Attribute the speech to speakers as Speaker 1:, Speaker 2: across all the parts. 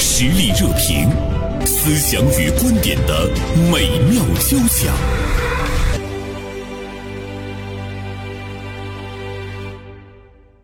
Speaker 1: 实力热评，思想与观点的美妙交响。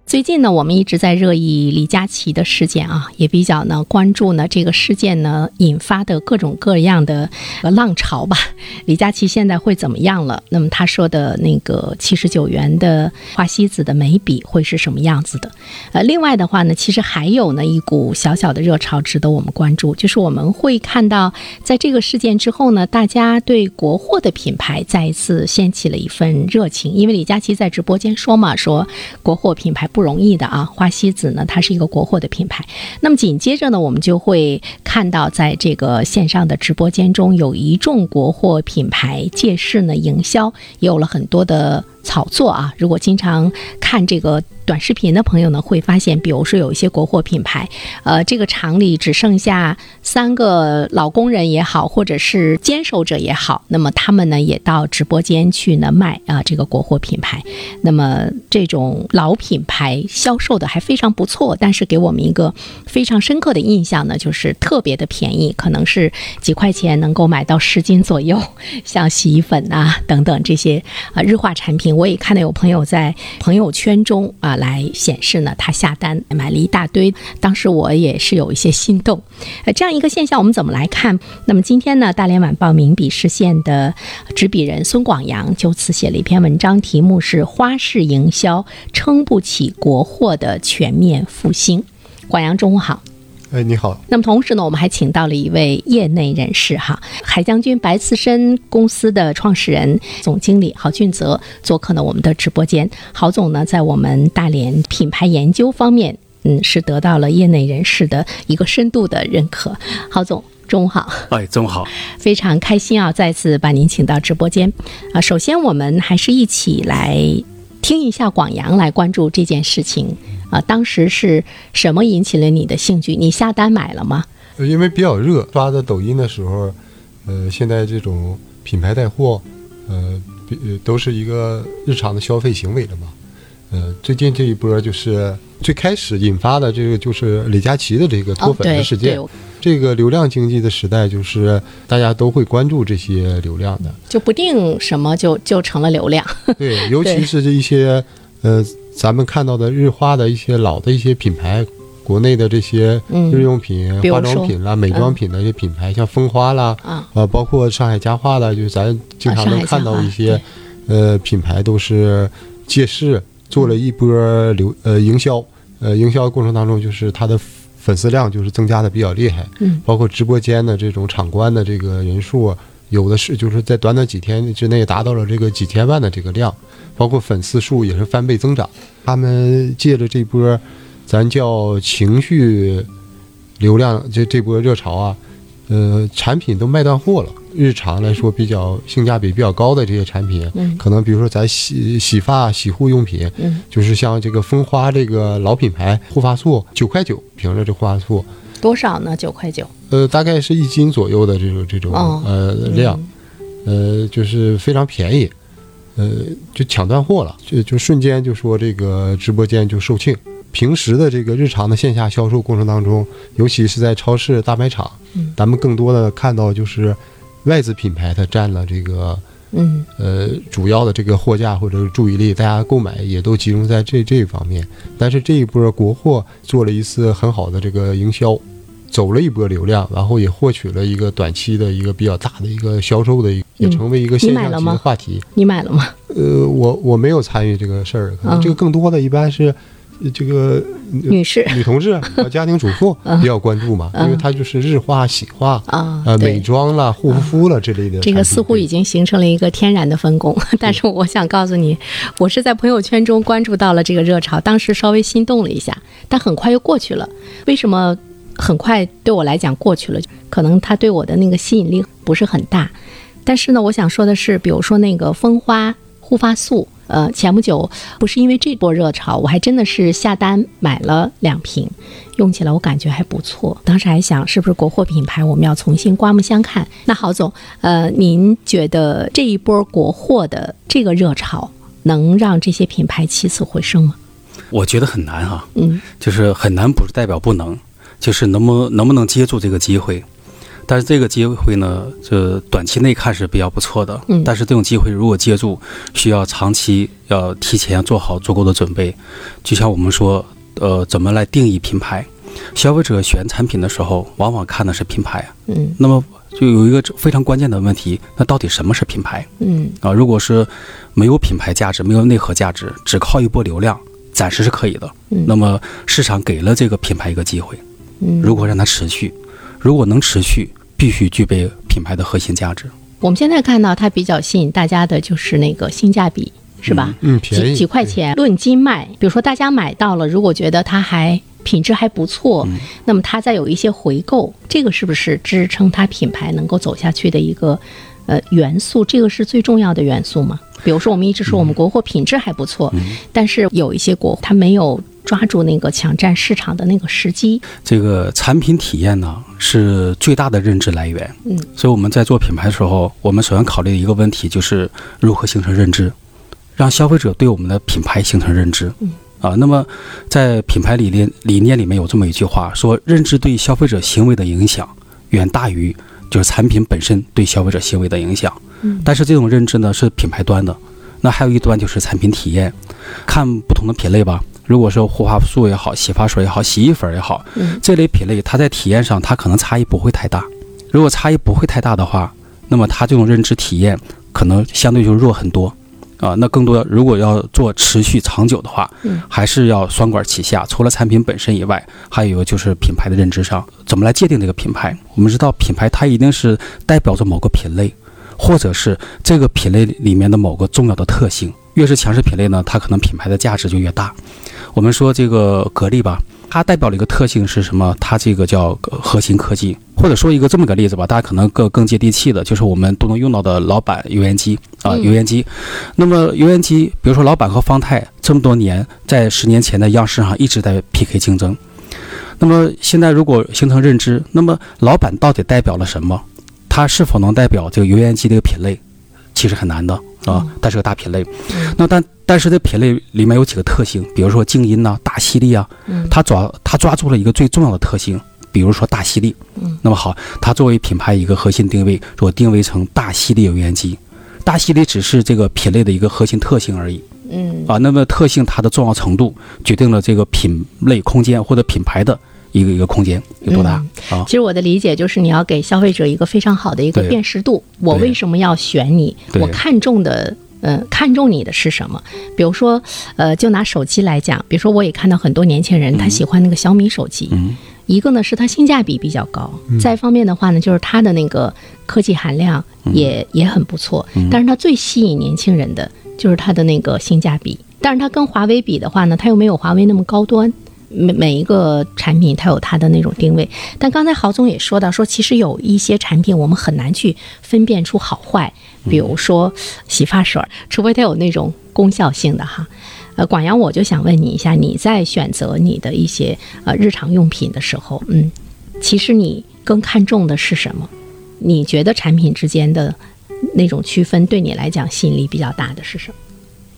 Speaker 2: 最近呢，我们一直在热议李佳琦的事件啊，也比较呢关注呢这个事件呢引发的各种各样的呃浪潮吧。 李佳琦现在会怎么样了？那么他说的那个七十九元的花西子的眉笔会是什么样子的？呃，另外的话呢，其实还有呢一股小小的热潮值得我们关注，就是我们会看到，在这个事件之后呢，大家对国货的品牌再一次掀起了一份热情，因为李佳琦在直播间说嘛，说国货品牌不容易的啊，花西子呢它是一个国货的品牌。那么紧接着呢，我们就会看到在这个线上的直播间中，有一众国货品牌借势呢营销，也有了很多的炒作啊。如果经常看这个短视频的朋友呢，会发现，比如说有一些国货品牌，呃，这个厂里只剩下三个老工人也好，或者是坚守者也好，那么他们呢也到直播间去呢卖啊、这个国货品牌。那么这种老品牌销售的还非常不错，但是给我们一个非常深刻的印象呢，就是特别的便宜，可能是几块钱能够买到十斤左右，像洗衣粉啊等等这些啊日化产品，我也看到有朋友在朋友圈中啊来显示呢，他下单买了一大堆，当时我也是有一些心动。呃，这样一个现象我们怎么来看？那么今天呢，《大连晚报》名笔视线的执笔人孙广阳就此写了一篇文章，题目是《花式营销撑不起国货的全面复兴》。广阳，中午好。
Speaker 3: 哎，你好，
Speaker 2: 那么同时呢，我们还请到了一位业内人士哈，海将军白刺参公司的创始人、总经理郝俊泽做客呢我们的直播间。郝总呢，在我们大连品牌研究方面，嗯，是得到了业内人士的一个深度的认可。郝总，中午好。
Speaker 4: 哎，中午好，
Speaker 2: 非常开心啊，再次把您请到直播间啊。首先，我们还是一起来听一下广阳来关注这件事情啊。当时是什么引起了你的兴趣？你下单买了吗？
Speaker 3: 呃因为比较热，刷着抖音的时候，呃，现在这种品牌带货，呃，比呃都是一个日常的消费行为了嘛。呃，最近这一波就是最开始引发的这个就是李佳琦的这个脱粉
Speaker 2: 哦对
Speaker 3: 的事件。
Speaker 2: 对，
Speaker 3: 这个流量经济的时代，就是大家都会关注这些流量 的。
Speaker 2: 就不定什么就就成了流量。
Speaker 3: 对，尤
Speaker 2: 对
Speaker 3: 其是这一些呃，咱们看到的日化的一些老的一些品牌，国内的这些
Speaker 2: 嗯
Speaker 3: 日用品、
Speaker 2: 比如
Speaker 3: 化
Speaker 2: 说
Speaker 3: 妆品啦、美妆品的一些品牌，像蜂花啦，
Speaker 2: 啊
Speaker 3: 呃，包括上海家化啦，就是咱经
Speaker 2: 啊
Speaker 3: 常
Speaker 2: 上
Speaker 3: 能
Speaker 2: 海
Speaker 3: 看
Speaker 2: 家
Speaker 3: 到
Speaker 2: 化
Speaker 3: 一些呃品牌都是借势做了一波流呃营销，呃，营销过程当中就是它的。粉丝量就是增加的比较厉害，
Speaker 2: 嗯，
Speaker 3: 包括直播间的这种场观的这个人数啊，有的是就是在短短几天之内达到了这个几千万的这个量，包括粉丝数也是翻倍增长。他们借着这波，咱叫情绪流量这这波热潮啊，呃，产品都卖断货了。日常来说比较性价比比较高的这些产品，
Speaker 2: 嗯
Speaker 3: 可能比如说咱洗洗发、洗护用品，
Speaker 2: 嗯，
Speaker 3: 就是像这个蜂花这个老品牌护发素，九块九瓶的这护发素，
Speaker 2: 多少呢？九块九。
Speaker 3: 呃，大概是一斤左右的这种这种、
Speaker 2: 哦
Speaker 3: 呃量，呃，就是非常便宜，呃，就抢断货了，就就瞬间就说这个直播间就售罄。平时的这个日常的线下销售过程当中，尤其是在超市、大卖场，
Speaker 2: 嗯
Speaker 3: 咱们更多的看到就是外资品牌它占了这个
Speaker 2: 嗯，
Speaker 3: 呃主要的这个货架或者是注意力，大家购买也都集中在这这一方面。但是这一波国货做了一次很好的这个营销，走了一波流量，然后也获取了一个短期的一个比较大的一个销售的一个，也
Speaker 2: 嗯
Speaker 3: 成为一个
Speaker 2: 你
Speaker 3: 现
Speaker 2: 买
Speaker 3: 象
Speaker 2: 了
Speaker 3: 级
Speaker 2: 吗
Speaker 3: 的话题。
Speaker 2: 你买了吗？
Speaker 3: 呃，我我没有参与这个事儿，可能这
Speaker 2: 啊
Speaker 3: 个更多的一般是呃这个
Speaker 2: 女士
Speaker 3: 女同志、
Speaker 2: 啊
Speaker 3: 和家庭主妇比较关注嘛，因为它就是日化、洗化。
Speaker 2: 啊，
Speaker 3: 呃，
Speaker 2: 对
Speaker 3: 美妆啦、护肤啦之类的产品，
Speaker 2: 这个似乎已经形成了一个天然的分工， 但是我想告诉你，我是在朋友圈中关注到了这个热潮，当时稍微心动了一下，但很快又过去了。为什么很快对我来讲过去了？可能它对我的那个吸引力不是很大。但是呢，我想说的是，比如说那个蜂花护发素，呃，前不久不是因为这波热潮，我还真的是下单买了两瓶，用起来我感觉还不错。当时还想，是不是国货品牌我们要重新刮目相看？那郝总，呃，您觉得这一波国货的这个热潮能让这些品牌起死回生吗？
Speaker 4: 我觉得很难啊，
Speaker 2: 嗯，
Speaker 4: 就是很难，不是代表不能。就是能不能不能接住这个机会。但是这个机会呢，这短期内看是比较不错的。
Speaker 2: 嗯
Speaker 4: 但是这种机会如果接住，需要长期要提前做好足够的准备。就像我们说，呃，怎么来定义品牌？消费者选产品的时候，往往看的是品牌。
Speaker 2: 嗯
Speaker 4: 那么就有一个非常关键的问题，那到底什么是品牌
Speaker 2: 嗯
Speaker 4: 啊？如果是没有品牌价值、没有内核价值，只靠一波流量，暂时是可以的。
Speaker 2: 嗯
Speaker 4: 那么市场给了这个品牌一个机会，
Speaker 2: 嗯。
Speaker 4: 如果让它持续，如果能持续，必须具备品牌的核心价值。
Speaker 2: 我们现在看到它比较吸引大家的就是那个性价比，是吧？
Speaker 3: 嗯，便宜
Speaker 2: 几几块钱论斤卖，比如说大家买到了，如果觉得它还品质还不错，
Speaker 4: 嗯
Speaker 2: 那么它再有一些回购，这个是不是支撑它品牌能够走下去的一个呃元素？这个是最重要的元素吗？比如说，我们一直说我们
Speaker 4: 嗯
Speaker 2: 国货品质还不错，但是有一些国货它没有抓住那个抢占市场的那个时机。
Speaker 4: 这个产品体验呢是最大的认知来源。
Speaker 2: 嗯，
Speaker 4: 所以我们在做品牌的时候，我们首先考虑的一个问题就是如何形成认知，让消费者对我们的品牌形成认知。嗯，啊，那么在品牌理念理念里面有这么一句话说，认知对消费者行为的影响远大于就是产品本身对消费者行为的影响。
Speaker 2: 嗯
Speaker 4: 但是这种认知呢是品牌端的，那还有一端就是产品体验，看不同的品类吧。如果说护发素也好，洗发水也好，洗衣粉也好，
Speaker 2: 嗯
Speaker 4: 这类品类它在体验上它可能差异不会太大。如果差异不会太大的话，那么它这种认知体验可能相对就弱很多。啊，那更多的如果要做持续长久的话，
Speaker 2: 嗯
Speaker 4: 还是要双管齐下。除了产品本身以外，还有一个就是品牌的认知上，怎么来界定这个品牌？我们知道品牌它一定是代表着某个品类，或者是这个品类里面的某个重要的特性。越是强势品类呢，它可能品牌的价值就越大。我们说这个格力吧，它代表了一个特性是什么？它这个叫呃核心科技，或者说一个这么个例子吧，大家可能更更接地气的，就是我们都能用到的老板油烟机啊、
Speaker 2: 嗯
Speaker 4: 油烟机。那么油烟机，比如说老板和方太这么多年，在十年前的央视上一直在 PK 竞争。那么现在如果形成认知，那么老板到底代表了什么？它是否能代表这个油烟机这个品类，其实很难的啊
Speaker 2: 嗯，
Speaker 4: 它是个大品类
Speaker 2: 嗯。
Speaker 4: 那但但是这品类里面有几个特性，比如说静音呐、大吸力啊，
Speaker 2: 嗯
Speaker 4: 它抓它抓住了一个最重要的特性，比如说大吸力。
Speaker 2: 嗯，
Speaker 4: 那么好，它作为品牌一个核心定位，我定位成大吸力油烟机。大吸力只是这个品类的一个核心特性而已
Speaker 2: 嗯
Speaker 4: 啊。那么特性它的重要程度决定了这个品类空间或者品牌的一个一个空间有多大、啊
Speaker 2: 其。实我的理解就是，你要给消费者一个非常好的一个
Speaker 4: 对
Speaker 2: 辨识度。我为什么要选你？
Speaker 4: 对
Speaker 2: 我看中的。呃，看中你的是什么？比如说，呃，就拿手机来讲，比如说，我也看到很多年轻人他喜欢那个小米手机，
Speaker 4: 嗯
Speaker 2: 一个呢是它性价比比较高，再一方面的话呢，就是它的那个科技含量
Speaker 4: 嗯
Speaker 2: 也、也很不错。但是它最吸引年轻人的就是它的那个性价比。但是它跟华为比的话呢，它又没有华为那么高端。每每一个产品它有它的那种定位，但刚才郝总也说到，说其实有一些产品我们很难去分辨出好坏，比如说洗发水儿，除非它有那种功效性的哈。呃，广阳，我就想问你一下，你在选择你的一些呃日常用品的时候，嗯，其实你更看重的是什么？你觉得产品之间的那种区分对你来讲吸引力比较大的是什么？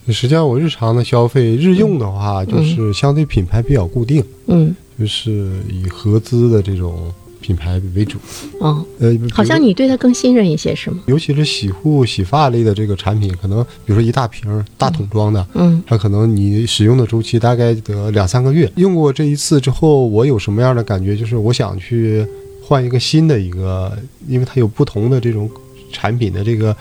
Speaker 3: 实际上我日常的消费，日用的话就是相对品牌比较固定，
Speaker 2: 嗯，
Speaker 3: 就是以合资的这种品牌为主。
Speaker 2: 哦，
Speaker 3: 呃，
Speaker 2: 好像你对它更信任一些，是吗？
Speaker 3: 尤其是洗护、洗发类的这个产品，可能比如说一大瓶儿大桶装的，
Speaker 2: 嗯
Speaker 3: 它可能你使用的周期大概得两三个月。用过这一次之后，我有什么样的感觉？就是我想去换一个新的一个，因为它有不同的这种产品的这个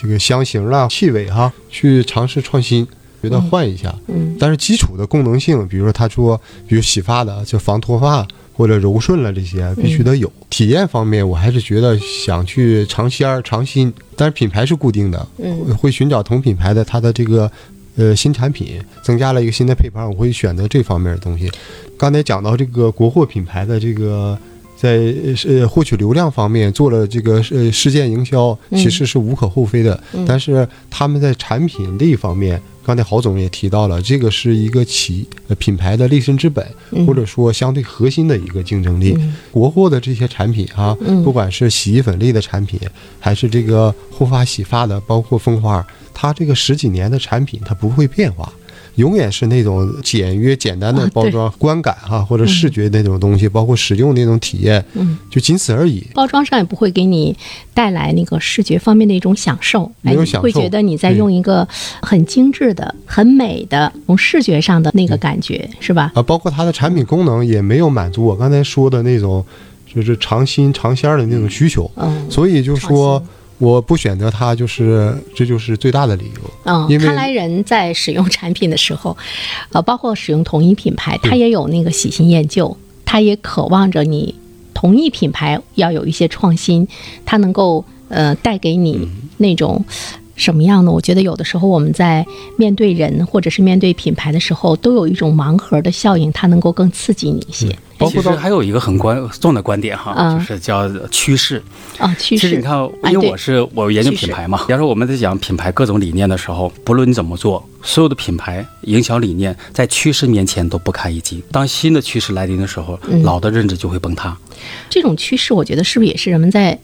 Speaker 3: 这个香型啊、气味哈、去尝试创新，觉得换一下。
Speaker 2: 嗯
Speaker 3: 但是基础的功能性，比如说他说，比如洗发的，就防脱发或者柔顺了这些，必须得有。体验方面，我还是觉得想去尝鲜儿、尝新，但是品牌是固定的，
Speaker 2: 嗯
Speaker 3: 会寻找同品牌的它的这个呃新产品，增加了一个新的配方，我会选择这方面的东西。刚才讲到这个国货品牌的这个。在呃获取流量方面做了这个呃事件营销，
Speaker 2: 嗯
Speaker 3: 其实是无可厚非的。但是他们在产品力方面，刚才郝总也提到了，这个是一个企呃品牌的立身之本，
Speaker 2: 嗯
Speaker 3: 或者说相对核心的一个竞争力。
Speaker 2: 嗯
Speaker 3: 国货的这些产品啊，
Speaker 2: 嗯
Speaker 3: 不管是洗衣粉类的产品，还是这个护发洗发的，包括蜂花，它这个十几年的产品它不会变化。永远是那种简约简单的
Speaker 2: 啊
Speaker 3: 包
Speaker 2: 对
Speaker 3: 装观感哈、或者视觉那种东西，包括使用那种体验，
Speaker 2: 嗯，
Speaker 3: 就仅此而已。
Speaker 2: 包装上也不会给你带来那个视觉方面的一种享受，
Speaker 3: 没
Speaker 2: 哎，
Speaker 3: 有
Speaker 2: 你
Speaker 3: 享
Speaker 2: 会
Speaker 3: 受嗯
Speaker 2: 觉得你在用一个很精致的、很美的，从视觉上的那个感觉是吧？
Speaker 3: 啊，包括它的产品功能也没有满足我刚才说的那种，就是尝新尝鲜儿的那种需求，
Speaker 2: 嗯
Speaker 3: 所以就说
Speaker 2: 尝新
Speaker 3: 我不选择它，就是这就是最大的理由。
Speaker 2: 嗯，
Speaker 3: 因为
Speaker 2: 看来人在使用产品的时候，呃，包括使用同一品牌，他也有那个喜新厌旧，他也渴望着你同一品牌要有一些创新，它能够呃带给你那种。什么样呢？我觉得有的时候我们在面对人或者是面对品牌的时候，都有一种盲盒的效应，它能够更刺激你一些
Speaker 4: 嗯
Speaker 3: 包括
Speaker 4: 其实
Speaker 3: 到
Speaker 4: 还有一个很关重的观点哈，
Speaker 2: 嗯
Speaker 4: 就是叫趋势。
Speaker 2: 啊。趋
Speaker 4: 其实
Speaker 2: 势
Speaker 4: 你看，
Speaker 2: 哎
Speaker 4: 因为
Speaker 2: 对
Speaker 4: 我是我研究
Speaker 2: 趋势
Speaker 4: 品牌嘛，比方说我们在讲品牌各种理念的时候，不论你怎么做，所有的品牌营销理念在趋势面前都不堪一击。当新的趋势来临的时候，
Speaker 2: 嗯
Speaker 4: 老的认知就会崩塌。
Speaker 2: 这种趋势，我觉得是不是也是人们在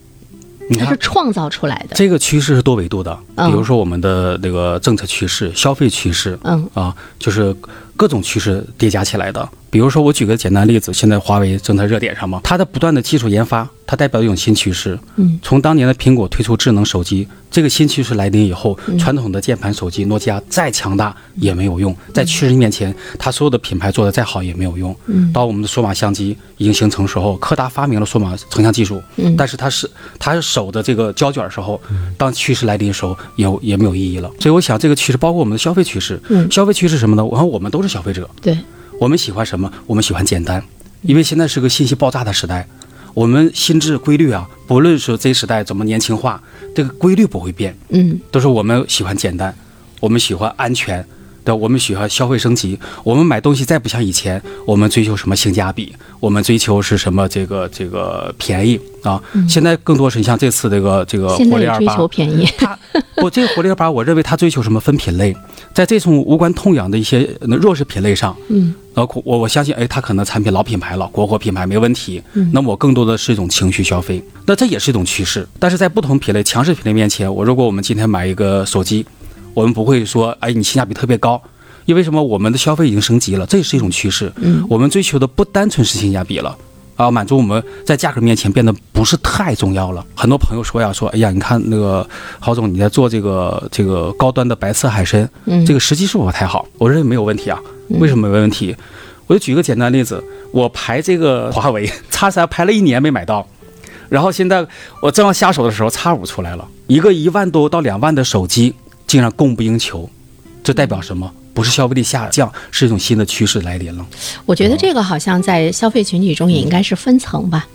Speaker 4: 你
Speaker 2: 它
Speaker 4: 看
Speaker 2: 是，创造出来的？
Speaker 4: 这个趋势是多维度的，
Speaker 2: 嗯
Speaker 4: 比如说我们的那个政策趋势、消费趋势
Speaker 2: 嗯
Speaker 4: 啊，就是各种趋势叠加起来的。比如说，我举个简单例子，现在华为正在热点上嘛，它的不断的技术研发，它代表一种新趋势。
Speaker 2: 嗯，
Speaker 4: 从当年的苹果推出智能手机，这个新趋势来临以后，
Speaker 2: 嗯
Speaker 4: 传统的键盘手机，诺基亚再强大也没有用，在趋势面前，它所有的品牌做的再好也没有用。
Speaker 2: 嗯
Speaker 4: 到我们的数码相机已经形成时候，柯达发明了数码成像技术，
Speaker 2: 嗯
Speaker 4: 但是它是它手的这个胶卷时候，当趋势来临的时候，也也没有意义了。所以我想，这个趋势包括我们的消费趋势，
Speaker 2: 嗯
Speaker 4: 消费趋势什么呢？我看我们都是消费者，
Speaker 2: 对，
Speaker 4: 我们喜欢什么？我们喜欢简单，因为现在是个信息爆炸的时代，我们心智规律啊，不论是 Z 时代怎么年轻化，这个规律不会变，
Speaker 2: 嗯
Speaker 4: 都是我们喜欢简单，我们喜欢安全，对，我们喜欢消费升级。我们买东西再不像以前，我们追求什么性价比，我们追求是什么这个这个便宜啊。现在更多是你像这次这个这个
Speaker 2: 嗯现
Speaker 4: 火
Speaker 2: 在
Speaker 4: 力
Speaker 2: 也
Speaker 4: 二
Speaker 2: 追
Speaker 4: 八
Speaker 2: 求，便宜，
Speaker 4: 它我这个火力二八，我认为它追求什么分品类，在这种无关痛痒的一些呃弱势品类上，
Speaker 2: 嗯。
Speaker 4: 然后我我相信，哎，它可能产品老品牌了，国货品牌没问题。那么我更多的是一种情绪消费，那这也是一种趋势。但是在不同品类、强势品类面前，我如果我们今天买一个手机，我们不会说，哎，你性价比特别高，因为什么？我们的消费已经升级了，这也是一种趋势。
Speaker 2: 嗯
Speaker 4: 我们追求的不单纯是性价比了。啊，满足我们在价格面前变得不是太重要了。很多朋友说呀，说哎呀，你看那个郝总你在做这个这个高端的白色海参，
Speaker 2: 嗯
Speaker 4: 这个时机是否太好？我认为没有问题啊。为什么没问题？我就举个简单例子，我排这个华为 x 三排了一年没买到，然后现在我正要下手的时候，x 五出来了，一个一万多到两万的手机竟然供不应求，这代表什么？不是消费力下降，是一种新的趋势来临了。
Speaker 2: 我觉得这个好像在消费群体中也应该是分层吧，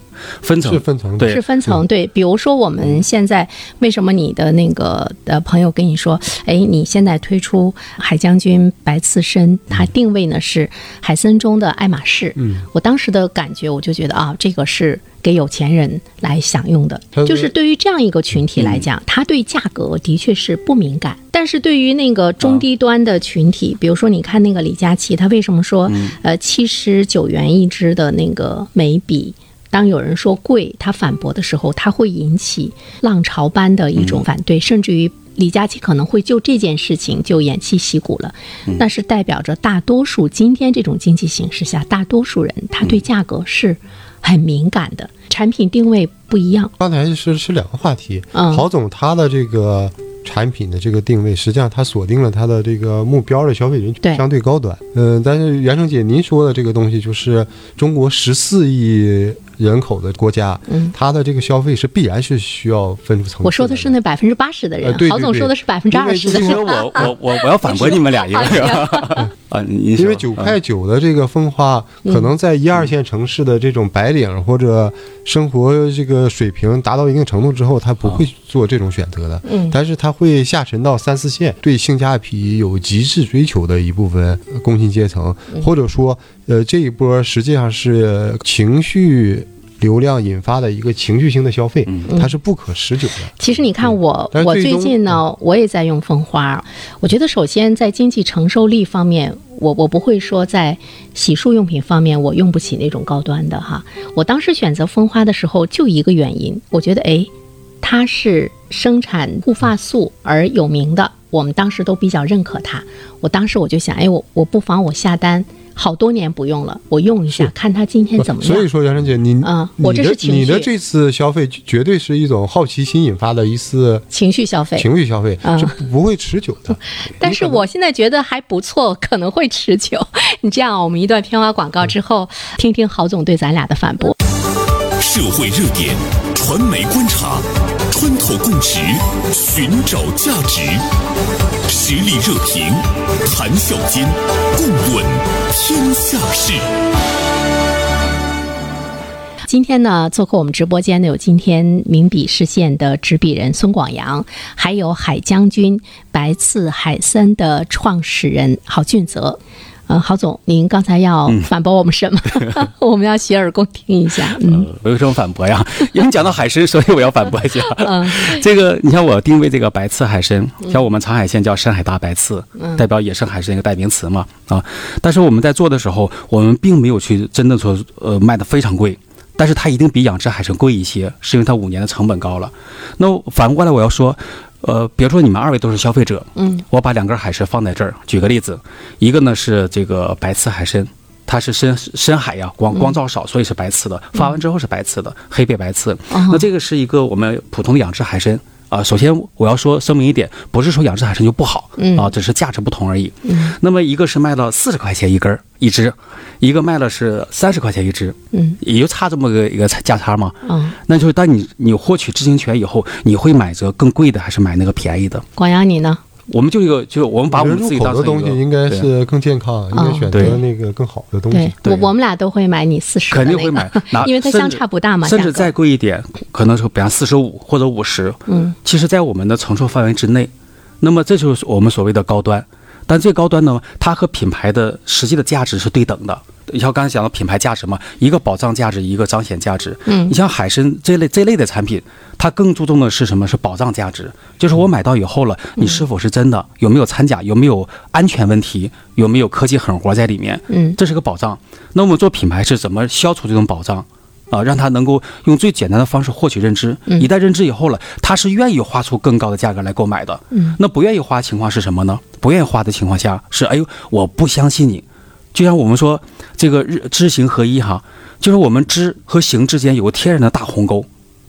Speaker 4: 分层
Speaker 3: 是 分层的
Speaker 4: 嗯对，
Speaker 2: 是分层。对，比如说我们现在为什么你的那个呃朋友跟你说，哎，你现在推出海将军白刺参，它定位呢是海参中的爱马仕。嗯，我当时的感觉我就觉得啊，这个是。给有钱人来享用的，
Speaker 3: 它
Speaker 2: 就是对于这样一个群体来讲，他对价格的确是不敏感，但是对于那个中低端的群体，比如说你看那个李佳琦，他为什么说、呃七十九元一支的那个眉笔？当有人说贵，他反驳的时候，他会引起浪潮般的一种反对，甚至于李佳琦可能会就这件事情就偃旗息鼓了。那是代表着大多数今天这种经济形势下，大多数人他对价格是很敏感的，产品定位不一样。
Speaker 3: 刚才是是两个话题，
Speaker 2: 嗯
Speaker 3: 郝总他的这个产品的这个定位，实际上他锁定了他的这个目标的消费人
Speaker 2: 对
Speaker 3: 群相对高端。嗯、但是袁成姐您说的这个东西，就是中国十四亿人口的国家，
Speaker 2: 嗯
Speaker 3: 它的这个消费是必然是需要分出层次。
Speaker 2: 我说的是那百分之八十的人
Speaker 3: 呃，对
Speaker 2: 郝总
Speaker 3: 对对
Speaker 2: 说的是百分之二十的
Speaker 4: 其
Speaker 2: 人
Speaker 4: 实我我我我要反驳你们俩一个啊，你
Speaker 2: 嗯
Speaker 3: 因为九块九的这个分化，可能在一二线城市的这种白
Speaker 2: 嗯
Speaker 3: 领或者生活这个水平达到一定程度之后，他不会做这种选择的。
Speaker 2: 嗯
Speaker 3: 但是他会下沉到三四线，对性价比有极致追求的一部分呃工薪阶层，
Speaker 2: 嗯
Speaker 3: 或者说，呃，这一波实际上是情绪。流量引发的一个情绪性的消费，
Speaker 2: 嗯
Speaker 3: 它是不可持久的。
Speaker 2: 其实你看我，
Speaker 3: 但是
Speaker 2: 我
Speaker 3: 最
Speaker 2: 最
Speaker 3: 终嗯
Speaker 2: 近呢，我也在用蜂花。我觉得首先在经济承受力方面，我我不会说在洗漱用品方面我用不起那种高端的哈。我当时选择蜂花的时候，就一个原因，我觉得哎，它是生产护发素而有名的。我们当时都比较认可它。我当时我就想，哎，我我不妨我下单，好多年不用了，我用一下，看它今天怎么样。
Speaker 3: 所以说，袁晨姐，您
Speaker 2: 嗯
Speaker 3: 你
Speaker 2: 我这是
Speaker 3: 的
Speaker 2: 情
Speaker 3: 你的
Speaker 2: 绪
Speaker 3: 这次消费绝对是一种好奇心引发的一次
Speaker 2: 情绪消费，
Speaker 3: 情绪消费，
Speaker 2: 嗯
Speaker 3: 是不会持久的。
Speaker 2: 但是我现在觉得还不错，可能会持久。 你这样啊，我们一段片花广告之后，
Speaker 4: 嗯
Speaker 2: 听听郝总对咱俩的反驳。
Speaker 1: 社会热点，传媒观察，穿透共识，寻找价值，实力热评，谈笑间，共论天下事。
Speaker 2: 今天呢，做客我们直播间的有今天名笔视线的执笔人孙广阳，还有海将军白刺海参的创始人郝俊泽。嗯，郝总，您刚才要
Speaker 4: 嗯
Speaker 2: 反驳我们 什么？我们要洗耳恭听一下。嗯
Speaker 4: 呃，我有什么反驳呀？因为你讲到海参，所以我要反驳一下。
Speaker 2: 嗯
Speaker 4: 这个，你像我定位这个白刺海参，像我们长海县叫深海大白刺，代表野生海参一个代名词嘛啊。但是我们在做的时候，我们并没有去真的说呃卖的非常贵，但是它一定比养殖海参贵一些，是因为它五年的成本高了。那我反过来我要说，呃，比如说你们二位都是消费者，
Speaker 2: 嗯，
Speaker 4: 我把两根海参放在这儿，举个例子，一个呢是这个白刺海参。它是深深海呀、
Speaker 2: 嗯
Speaker 4: 光光照少，所以是白刺的。发完之后是白刺的，黑背白刺。
Speaker 2: 哦
Speaker 4: 那这个是一个我们普通的养殖海参啊、首先我要说声明一点，不是说养殖海参就不好
Speaker 2: 嗯
Speaker 4: 啊、只是价值不同而已。
Speaker 2: 嗯
Speaker 4: 那么一个是卖了四十块钱一根儿一只，一个卖了是三十块钱一只，
Speaker 2: 嗯
Speaker 4: 也就差这么个一个价差嘛。
Speaker 2: 嗯，
Speaker 4: 那就是当你你获取知情权以后，你会买着更贵的还是买那个便宜的？
Speaker 2: 广阳你呢？
Speaker 4: 我们就一个，就我们把我
Speaker 3: 我觉
Speaker 4: 们
Speaker 3: 得入
Speaker 4: 自己
Speaker 3: 口
Speaker 4: 当
Speaker 3: 的
Speaker 4: 成
Speaker 3: 东
Speaker 4: 一
Speaker 3: 西
Speaker 4: 个
Speaker 3: 应该
Speaker 4: 对啊
Speaker 3: 是更健康，应该选择
Speaker 4: 对
Speaker 3: 那个更好的东西
Speaker 2: 哦对。我
Speaker 4: 嗯对
Speaker 2: 我们俩都会买你四十、那个，
Speaker 4: 肯定会买，拿
Speaker 2: 因为它
Speaker 4: 甚
Speaker 2: 相
Speaker 4: 至
Speaker 2: 差不大嘛，
Speaker 4: 甚
Speaker 2: 价
Speaker 4: 至
Speaker 2: 格
Speaker 4: 再贵一点，可能是比方四十五或者五十，
Speaker 2: 嗯
Speaker 4: 其实，在我们的承受范围之内。那么，这就是我们所谓的高端。但最高端呢，它和品牌的实际的价值是对等的。你像刚才讲到品牌价值嘛，一个保障价值，一个彰显价值。
Speaker 2: 嗯
Speaker 4: 你像海参这类这类的产品，它更注重的是什么？是保障价值，就是我买到以后了，
Speaker 2: 嗯
Speaker 4: 你是否是真的，有没有掺假，有没有安全问题，有没有科技狠活在里面？
Speaker 2: 嗯
Speaker 4: 这是个保障。那我们做品牌是怎么消除这种保障？啊，让他能够用最简单的方式获取认知。
Speaker 2: 嗯
Speaker 4: 一旦认知以后了，他是愿意花出更高的价格来购买的。
Speaker 2: 嗯
Speaker 4: 那不愿意花的情况是什么呢？不愿意花的情况下是，哎呦，我不相信你。就像我们说这个日知行合一哈，就是我们知和行之间有个天然的大鸿沟。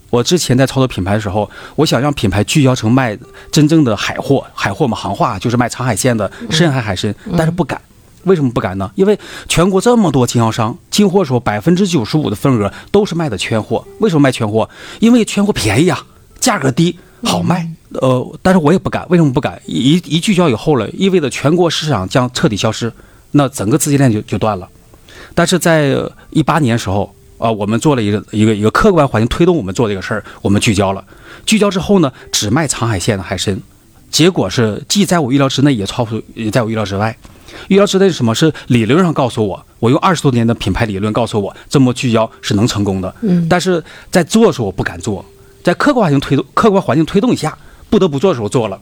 Speaker 4: 我之前在操作品牌的时候，我想让品牌聚焦成卖真正的海货，海货嘛，行话就是卖长海鲜的深海海参，但是不敢。为什么不敢呢？因为全国这么多经销商，进货的时候百分之九十五的份额都是卖的圈货。为什么卖圈货？因为圈货便宜呀、啊价格低，好卖。呃，但是我也不敢，为什么不敢？一一聚焦以后了，意味着全国市场将彻底消失，那整个资金链就就断了。但是在一八年时候，啊、我们做了一个一个一个客观环境推动我们做这个事儿，我们聚焦了。聚焦之后呢，只卖长海鲜的海参，结果是既在我预料之内，也超出也在我预料之外。预料之内是什么？是理论上告诉我，我用二十多年的品牌理论告诉我，这么聚焦是能成功的。
Speaker 2: 嗯
Speaker 4: 但是在做的时候我不敢做，在客观环境推动客观环境推动一下，不得不做的时候做了，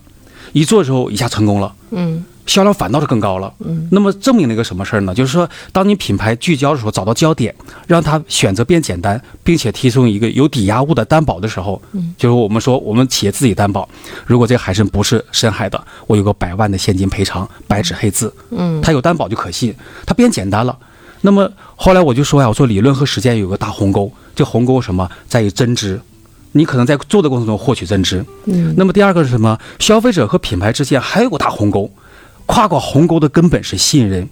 Speaker 4: 一做的时候一下成功了。
Speaker 2: 嗯
Speaker 4: 销量反倒是更高了。那么证明了一个什么事儿呢？就是说，当你品牌聚焦的时候，找到焦点，让它选择变简单，并且提供一个有抵押物的担保的时候，就是我们说我们企业自己担保，如果这个海参不是深海的，我有个百万的现金赔偿，白纸黑字，
Speaker 2: 嗯
Speaker 4: 它有担保就可信，它变简单了。那么后来我就说呀，我说理论和实践有个大鸿沟，这鸿沟什么在于真知，你可能在做的过程中获取真知，
Speaker 2: 嗯
Speaker 4: 那么第二个是什么？消费者和品牌之间还有个大鸿沟，跨过鸿沟的根本是信任，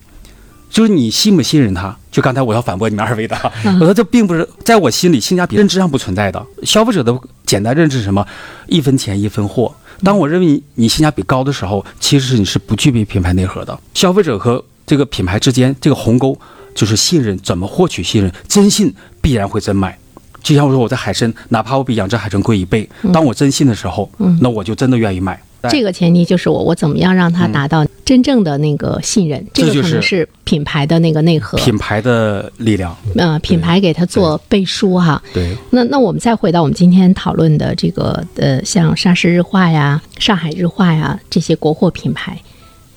Speaker 4: 就是你信不信任他。就刚才我要反驳你们二位的，
Speaker 2: 嗯
Speaker 4: 我说这并不是在我心里性价比认知上不存在的。消费者的简单认知是什么？一分钱一分货。当我认为你你性价比高的时候，其实你是不具备品牌内核的。消费者和这个品牌之间这个鸿沟就是信任，怎么获取信任？真信必然会真买。就像我说我在海参，哪怕我比养殖海参贵一倍，当我真信的时候，那我就真的愿意买。
Speaker 2: 嗯这个前提就是我我怎么样让他达到真正的那个信任，这个
Speaker 4: 嗯这就
Speaker 2: 可能
Speaker 4: 是
Speaker 2: 是品牌的那个内核，
Speaker 4: 品牌的力量，
Speaker 2: 呃，品牌给他做背书哈。
Speaker 4: 对，
Speaker 2: 那那我们再回到我们今天讨论的这个呃，像沙市日化呀、上海日化呀这些国货品牌，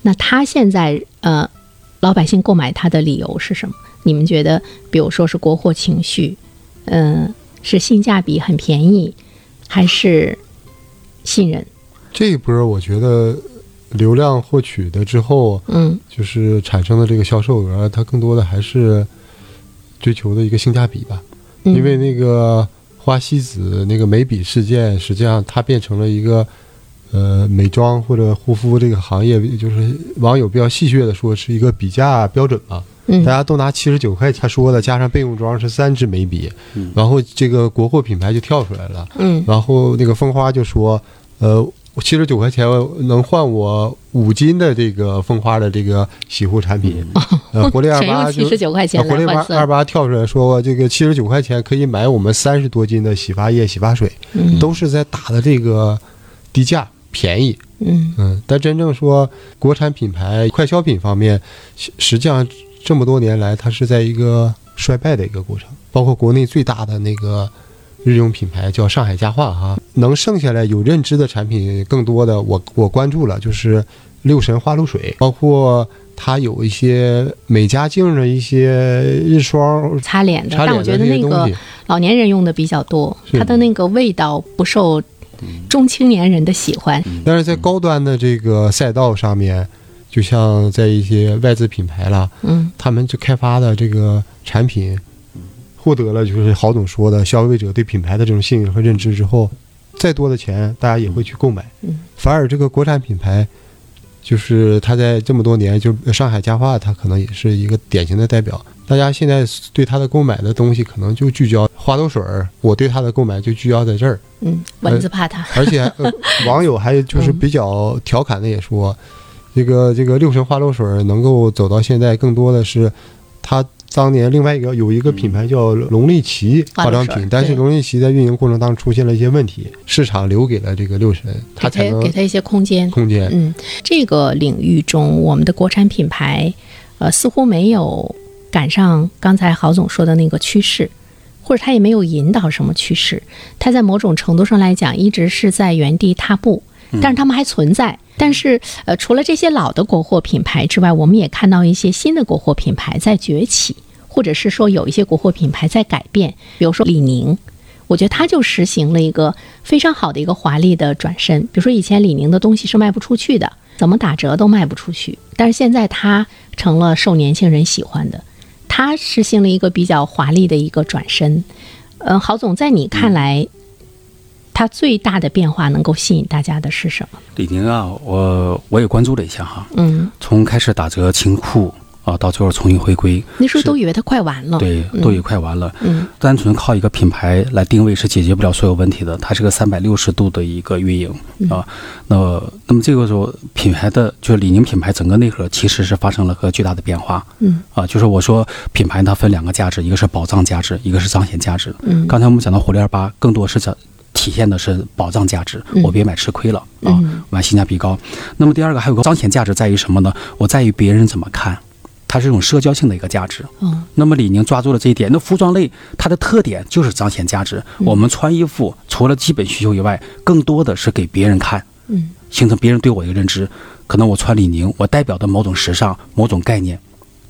Speaker 2: 那它现在呃，老百姓购买它的理由是什么？你们觉得，比如说是国货情绪，嗯、是性价比很便宜，还是信任？
Speaker 3: 这一波我觉得流量获取的之后，
Speaker 2: 嗯
Speaker 3: 就是产生的这个销售额，它更多的还是追求的一个性价比吧。
Speaker 2: 嗯，
Speaker 3: 因为那个花西子那个眉笔事件，实际上它变成了一个呃美妆或者护肤这个行业，就是网友比较戏谑的说是一个比价标准嘛，
Speaker 2: 嗯
Speaker 3: 大家都拿七十九块钱说的，加上备用装是三支眉笔
Speaker 4: 嗯，
Speaker 3: 然后这个国货品牌就跳出来了，
Speaker 2: 嗯
Speaker 3: 然后那个风花就说，呃。七十九块钱能换我五斤的这个风花的这个洗护产品， 呃，活力二
Speaker 2: 谁嗯
Speaker 3: 八
Speaker 2: 用
Speaker 3: 就
Speaker 2: 七十九块
Speaker 3: 啊
Speaker 2: 钱
Speaker 3: 活
Speaker 2: 来
Speaker 3: 力
Speaker 2: 换
Speaker 3: 八二
Speaker 2: 算？
Speaker 3: 八跳出来说，这个七十九块钱可以买我们三十多斤的洗发液、洗发水，
Speaker 2: 嗯
Speaker 3: 都是在打的这个低价便宜。
Speaker 2: 嗯
Speaker 3: 嗯，但真正说国产品牌快消品方面，实实际上这么多年来，它是在一个衰败的一个过程。包括国内最大的那个日用品牌叫上海家化哈、能剩下来有认知的产品更多的，我我关注了就是六神花露水，包括它有一些美加净的一些日霜。
Speaker 2: 擦脸的，
Speaker 3: 擦
Speaker 2: 但我
Speaker 3: 脸
Speaker 2: 觉
Speaker 3: 的
Speaker 2: 得
Speaker 3: 这
Speaker 2: 那
Speaker 3: 些东
Speaker 2: 个
Speaker 3: 西，
Speaker 2: 老年人用的比较多，
Speaker 3: 是
Speaker 2: 它的那个味道不受中青年人的喜欢。
Speaker 3: 但是在高端的这个赛道上面，就像在一些外资品牌啦，
Speaker 2: 嗯
Speaker 3: 他们就开发的这个产品，获得了就是郝总说的消费者对品牌的这种信任和认知之后，再多的钱大家也会去购买。
Speaker 2: 嗯
Speaker 3: 反而这个国产品牌，就是它在这么多年，就上海家化，它可能也是一个典型的代表。大家现在对它的购买的东西，可能就聚焦花露水儿。我对它的购买就聚焦在这儿，
Speaker 2: 嗯，蚊子怕它。
Speaker 3: 而且、呃网友还就是比较调侃的也说，这个这个六神花露水能够走到现在，更多的是它当年另外一个有一个品牌叫龙力奇
Speaker 2: 花
Speaker 3: 化
Speaker 2: 露水
Speaker 3: 妆品，但是
Speaker 2: 对
Speaker 3: 龙力奇在运营过程当中出现了一些问题，市场留给了这个六神，它
Speaker 2: 给
Speaker 3: 才
Speaker 2: 它给
Speaker 3: 能
Speaker 2: 它一些空间，
Speaker 3: 空间。
Speaker 2: 嗯，这个领域中，我们的国产品牌，呃，似乎没有赶上刚才郝总说的那个趋势，或者他也没有引导什么趋势，他在某种程度上来讲，一直是在原地踏步。但是他们还存在，但是呃，除了这些老的国货品牌之外，我们也看到一些新的国货品牌在崛起，或者是说有一些国货品牌在改变，比如说李宁，我觉得它就实行了一个非常好的一个华丽的转身。比如说以前李宁的东西是卖不出去的，怎么打折都卖不出去，但是现在它成了受年轻人喜欢的，它实行了一个比较华丽的一个转身。嗯，郝总，在你看来，它最大的变化能够吸引大家的是什么？
Speaker 4: 李宁啊，我我也关注了一下哈，
Speaker 2: 嗯，
Speaker 4: 从开始打折清库啊，到最后重新回归，
Speaker 2: 那时候
Speaker 4: 是
Speaker 2: 都以为它快完了。
Speaker 4: 对，
Speaker 2: 嗯
Speaker 4: 都已快完了。
Speaker 2: 嗯
Speaker 4: 单纯靠一个品牌来定位是解决不了所有问题的，它是个三百六十度的一个运营
Speaker 2: 嗯
Speaker 4: 啊。那那么这个时候，品牌的就是李宁品牌整个内核其实是发生了个巨大的变化
Speaker 2: 嗯
Speaker 4: 啊。就是我说品牌它分两个价值，一个是保障价值，一个是彰显价值。
Speaker 2: 嗯
Speaker 4: 刚才我们讲到火力二八，更多是讲体现的是保障价值，
Speaker 2: 嗯
Speaker 4: 我别买吃亏了啊
Speaker 2: 嗯，
Speaker 4: 买性价比高。那么第二个还有个彰显价值在于什么呢？我在于别人怎么看，它是一种社交性的一个价值。
Speaker 2: 哦
Speaker 4: 那么李宁抓住了这一点。那服装类它的特点就是彰显价值。
Speaker 2: 嗯
Speaker 4: 我们穿衣服除了基本需求以外，更多的是给别人看，
Speaker 2: 嗯
Speaker 4: 形成别人对我的一个认知。可能我穿李宁，我代表的某种时尚、某种概念，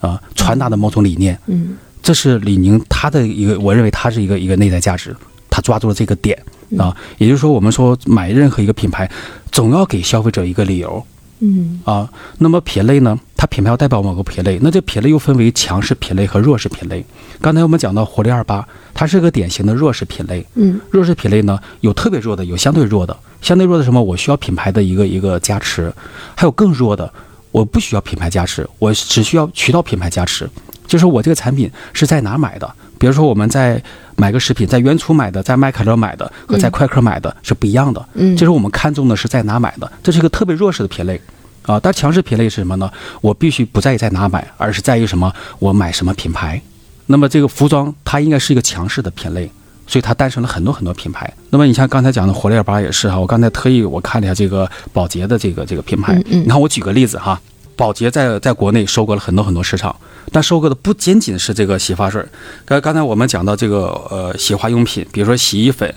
Speaker 4: 啊、传达的某种理念，
Speaker 2: 嗯
Speaker 4: 这是李宁它的一个，我认为它是一个一个内在价值，它抓住了这个点啊。也就是说，我们说买任何一个品牌，总要给消费者一个理由，
Speaker 2: 嗯
Speaker 4: 啊，那么品类呢？它品牌要代表某个品类，那这品类又分为强势品类和弱势品类。刚才我们讲到活力二八，它是个典型的弱势品类。
Speaker 2: 嗯
Speaker 4: 弱势品类呢，有特别弱的，有相对弱的。相对弱的什么？我需要品牌的一个一个加持，还有更弱的，我不需要品牌加持，我只需要渠道品牌加持，就是我这个产品是在哪买的。比如说我们在买个食品，在原厨买的，在麦可乐买的和在
Speaker 2: 嗯
Speaker 4: 快客买的是不一样的。
Speaker 2: 嗯，
Speaker 4: 这是我们看重的是在哪买的，这是一个特别弱势的品类。啊，但强势品类是什么呢？我必须不在意在哪买，而是在于什么？我买什么品牌？那么这个服装它应该是一个强势的品类，所以它诞生了很多很多品牌。那么你像刚才讲的火烈尔巴也是哈，我刚才特意我看了一下这个宝洁的这个这个品牌
Speaker 2: 嗯，嗯
Speaker 4: 你看我举个例子哈，宝洁在在国内收购了很多很多市场，但收购的不仅仅是这个洗发水儿，刚刚才我们讲到这个呃洗化用品，比如说洗衣粉、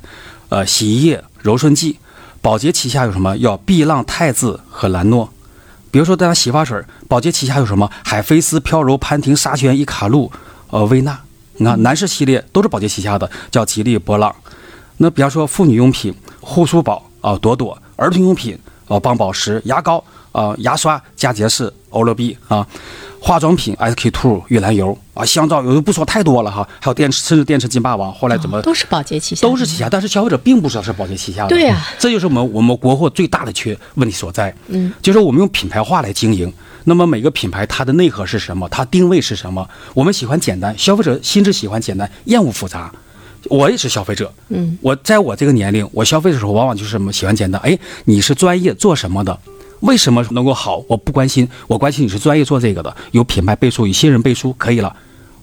Speaker 4: 呃洗衣液、柔顺剂，宝洁旗下有什么？要碧浪汰渍和兰诺。比如说，大家洗发水，宝洁旗下有什么？海飞丝、飘柔、潘婷、沙宣、伊卡璐、呃薇娜。
Speaker 2: 嗯
Speaker 4: 你看，男士系列都是宝洁旗下的，叫吉利、博朗。那呃比方说，妇女用品，护舒宝啊、朵朵；儿童用品，啊、邦宝石、牙膏啊、啊、牙刷佳洁士、欧乐 B 啊，化妆品哎 SK two、玉兰油啊，香皂油不说太多了哈，还有电池，甚至电池金霸王，后哎来怎么
Speaker 2: 啊都是保洁旗下的，
Speaker 4: 都是旗下，但是消费者并不知道是保洁旗下的。嗯
Speaker 2: 对啊
Speaker 4: 这就是我们我们国货最大的缺问题所在。
Speaker 2: 嗯，
Speaker 4: 就是我们用品牌化来经营。那么每个品牌它的内核是什么？它定位是什么？我们喜欢简单，消费者心智喜欢简单，厌恶复杂。我也是消费者，
Speaker 2: 嗯，
Speaker 4: 我在我这个年龄，我消费的时候往往就是什么喜欢简单。哎，你是专业做什么的？为什么能够好？我不关心，我关心你是专业做这个的，有品牌背书，有信任背书，可以了。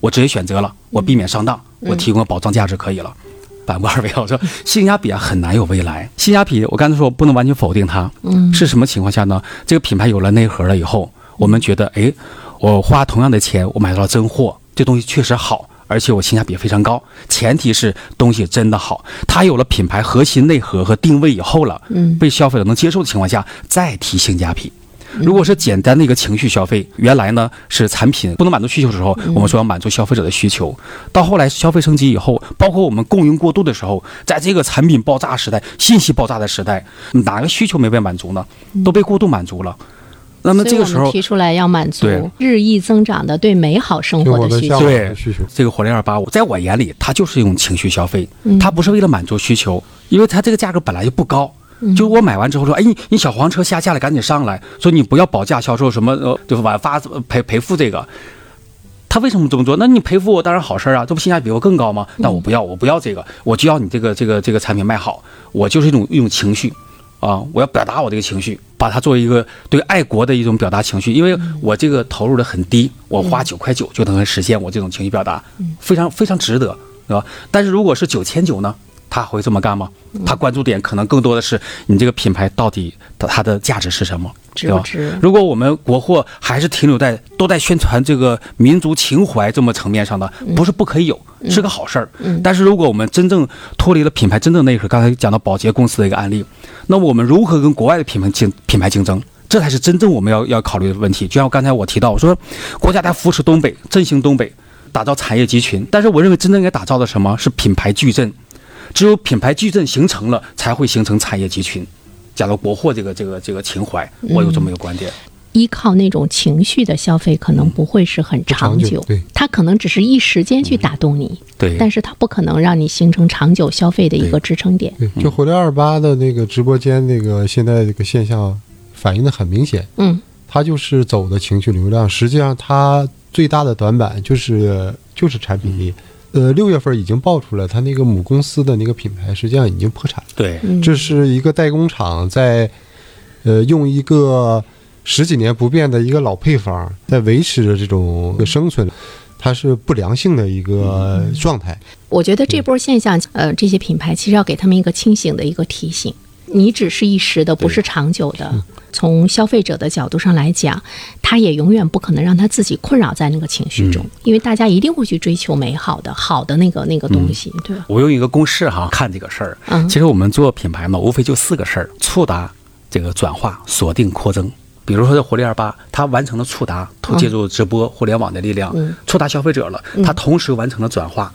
Speaker 4: 我直接选择了，我避免上当，
Speaker 2: 嗯
Speaker 4: 我提供保障价值可以了。 反过来围绕说，性价比啊很难有未来。性价比，我刚才说我不能完全否定它，嗯，是什么情况下呢？这个品牌有了内核了以后，我们觉得，哎，我花同样的钱，我买到了真货，这东西确实好，而且我性价比非常高。前提是东西真的好，它有了品牌核心内核和定位以后了，
Speaker 2: 嗯
Speaker 4: 被消费者能接受的情况下，再提性价比。如果是简单的一个情绪消费，原来呢是产品不能满足需求的时候，
Speaker 2: 嗯
Speaker 4: 我们说要满足消费者的需求；到后来消费升级以后，包括我们供应过度的时候，在这个产品爆炸时代、信息爆炸的时代，哪个需求没被满足呢？都被过度满足了。那
Speaker 2: 嗯
Speaker 4: 么
Speaker 2: 所以
Speaker 4: 这个时
Speaker 2: 我们
Speaker 4: 候，
Speaker 2: 提出来要满足
Speaker 4: 对
Speaker 2: 日益增长的对美好生
Speaker 3: 就
Speaker 2: 活
Speaker 3: 我的
Speaker 2: 嗯需
Speaker 3: 向
Speaker 2: 求
Speaker 3: 往。
Speaker 4: 对
Speaker 3: 的需求。
Speaker 4: 这个火力二八五，在我眼里，它就是一种情绪消费，
Speaker 2: 嗯
Speaker 4: 它不是为了满足需求，因为它这个价格本来就不高。
Speaker 2: 嗯
Speaker 4: 就是我买完之后说，哎，你你小黄车下架了，赶紧上来，说你不要保价销售什么，呃，就是晚发呃赔赔付这个。他为什么这么做？那你赔付我当然好事儿啊，这不性价比我更高吗？但我不要，我不要这个，我就要你这个这个这个产品卖好，我就是一种一种情绪。啊，我要表达我这个情绪，把它作为一个对爱国的一种表达情绪，因为我这个投入的很低，我花九块九就能实现我这种情绪表达，非常非常值得，对吧？但是如果是九千九呢，他会这么干吗？他关注点可能更多的是你这个品牌到底它它的价值是什么，
Speaker 2: 值
Speaker 4: 对吧
Speaker 2: 不值
Speaker 4: 如果我们国货还是停留在都在宣传这个民族情怀这么层面上的，不是不可以有，是个好事儿。但是如果我们真正脱离了品牌真正内核，刚才讲到保洁公司的一个案例，那我们如何跟国外的品牌竞品牌竞争？这才是真正我们要要考虑的问题。就像刚才我提到，我说国家在扶持东北，振兴东北，打造产业集群，但是我认为真正应该打造的什么是品牌矩阵。只有品牌矩阵形成了，才会形成产业集群。讲到国货这个这个这个情怀，我有这么一个观点。
Speaker 2: 依靠那种情绪的消费，可能不会是很长
Speaker 3: 不长久对
Speaker 2: 它可能只是一时间去打动你，
Speaker 4: 嗯对
Speaker 2: 但是它不可能让你形成长久消费的一个支撑点。
Speaker 3: 对，就回到二八的那个直播间，那个现在这个现象反映的很明显，
Speaker 2: 嗯
Speaker 3: 它就是走的情绪流量。实际上，它最大的短板就是就是产品力。呃，六月份已经爆出来，它那个母公司的那个品牌实际上已经破产了。
Speaker 4: 对
Speaker 2: 嗯，
Speaker 3: 这是一个代工厂在，呃，用一个十几年不变的一个老配方，在维持着这种生存，它是不良性的一个状态。
Speaker 2: 我觉得这
Speaker 4: 嗯
Speaker 2: 波现象，呃，这些品牌其实要给他们一个清醒的一个提醒。你只是一时的，不是长久的。
Speaker 4: 嗯
Speaker 2: 从消费者的角度上来讲，他也永远不可能让他自己困扰在那个情绪中，
Speaker 4: 嗯
Speaker 2: 因为大家一定会去追求美好的、好的那个那个东
Speaker 4: 嗯
Speaker 2: 西，对吧？
Speaker 4: 我用一个公式哈看这个事儿。
Speaker 2: 嗯
Speaker 4: 其实我们做品牌嘛，无非就四个事儿：触达、这个转化、锁定、扩增。比如说这活力二八，它完成了触达，通借助直播、互联网的力量，
Speaker 2: 嗯
Speaker 4: 触达消费者了。它同时完成了转化，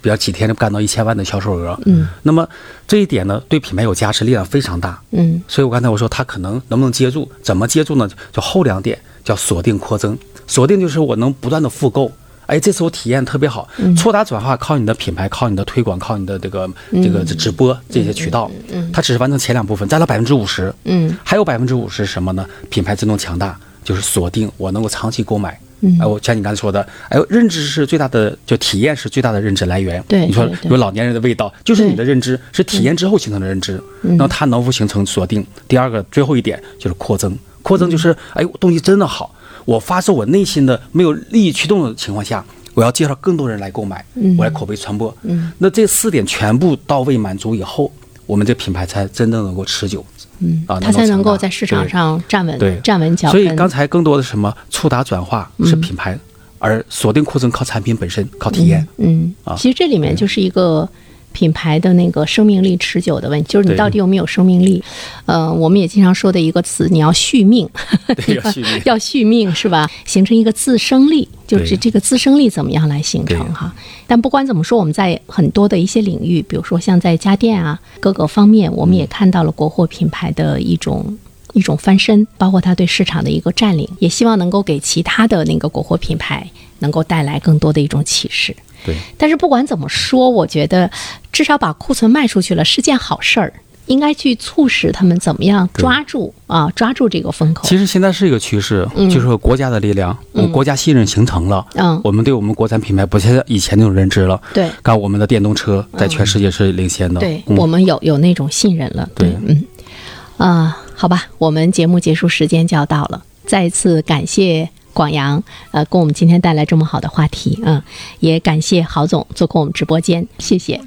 Speaker 4: 比如几天就干到一千万的销售额。嗯，那么这一点呢，对品牌有加持力量非常大。
Speaker 2: 嗯，
Speaker 4: 所以我刚才我说它可能能不能接住，怎么接住呢？就后两点叫锁定扩增，锁定就是我能不断的复购。哎，这次我体验特别好，
Speaker 2: 嗯
Speaker 4: 触达转化靠你的品牌，靠你的推广，靠你的这个嗯这个直播这些渠道，它只是完成前两部分，占了百分之五十，
Speaker 2: 嗯，
Speaker 4: 还有百分之五十什么呢？品牌自动强大，就是锁定我能够长期购买。
Speaker 2: 嗯
Speaker 4: 哎，我像你刚才说的，哎，认知是最大的，就体验是最大的认知来源。
Speaker 2: 对
Speaker 4: 你说
Speaker 2: 对对
Speaker 4: 有老年人的味道，就是你的
Speaker 2: 对嗯
Speaker 4: 认知是体验之后形成的认知，那么它能否形成锁定？第二个最后一点就是扩增，扩增
Speaker 2: 嗯
Speaker 4: 就是哎，东西真的好，我发自我内心的没有利益驱动的情况下，我要介绍更多人来购买，
Speaker 2: 嗯
Speaker 4: 我来口碑传播。那这四点全部到位满足以后，我们这品牌才真正能够持久，嗯啊，
Speaker 2: 它才能够在市
Speaker 4: 长
Speaker 2: 场上站稳
Speaker 4: 对
Speaker 2: 站稳脚
Speaker 4: 所
Speaker 2: 跟。嗯
Speaker 4: 以刚才更多的什么触达转化是品牌，而锁定扩增靠产品本身，靠体验。
Speaker 2: 嗯
Speaker 4: 啊，
Speaker 2: 其实这里面就是一个品牌的那个生命力持久的问题，就是你
Speaker 4: 对
Speaker 2: 到底有没有生命力。呃，我们也经常说的一个词，你要续命，
Speaker 4: 对要续命
Speaker 2: 要续命是吧？形成一个自生力，就
Speaker 4: 对
Speaker 2: 这这个自生力怎么样来形成
Speaker 4: 对
Speaker 2: 哈？但不管怎么说，我们在很多的一些领
Speaker 4: 嗯
Speaker 2: 域，比如说像在家电啊各个方面，我们也看到了国货品牌的一种。一种翻身，包括它对市场的一个占领，也希望能够给其他的那个国货品牌能够带来更多的一种启示。
Speaker 4: 对，
Speaker 2: 但是不管怎么说，我觉得至少把库存卖出去了是件好事儿，应该去促使他们怎么样抓住啊，抓住这个风口。
Speaker 4: 其实现在是一个趋势，就是说国家的力量，我们国家信任形成了，
Speaker 2: 嗯
Speaker 4: 我们对我们国产品牌不像以前那种认知了。
Speaker 2: 对嗯
Speaker 4: 看我们的电动车在全世界是领先的，
Speaker 2: 对，
Speaker 4: 嗯
Speaker 2: 我们有有那种信任了。
Speaker 4: 对
Speaker 2: 嗯，啊、好吧，我们节目结束时间就要到了，再一次感谢。广阳，呃，给我们今天带来这么好的话题，嗯，也感谢郝总做客我们直播间，谢谢。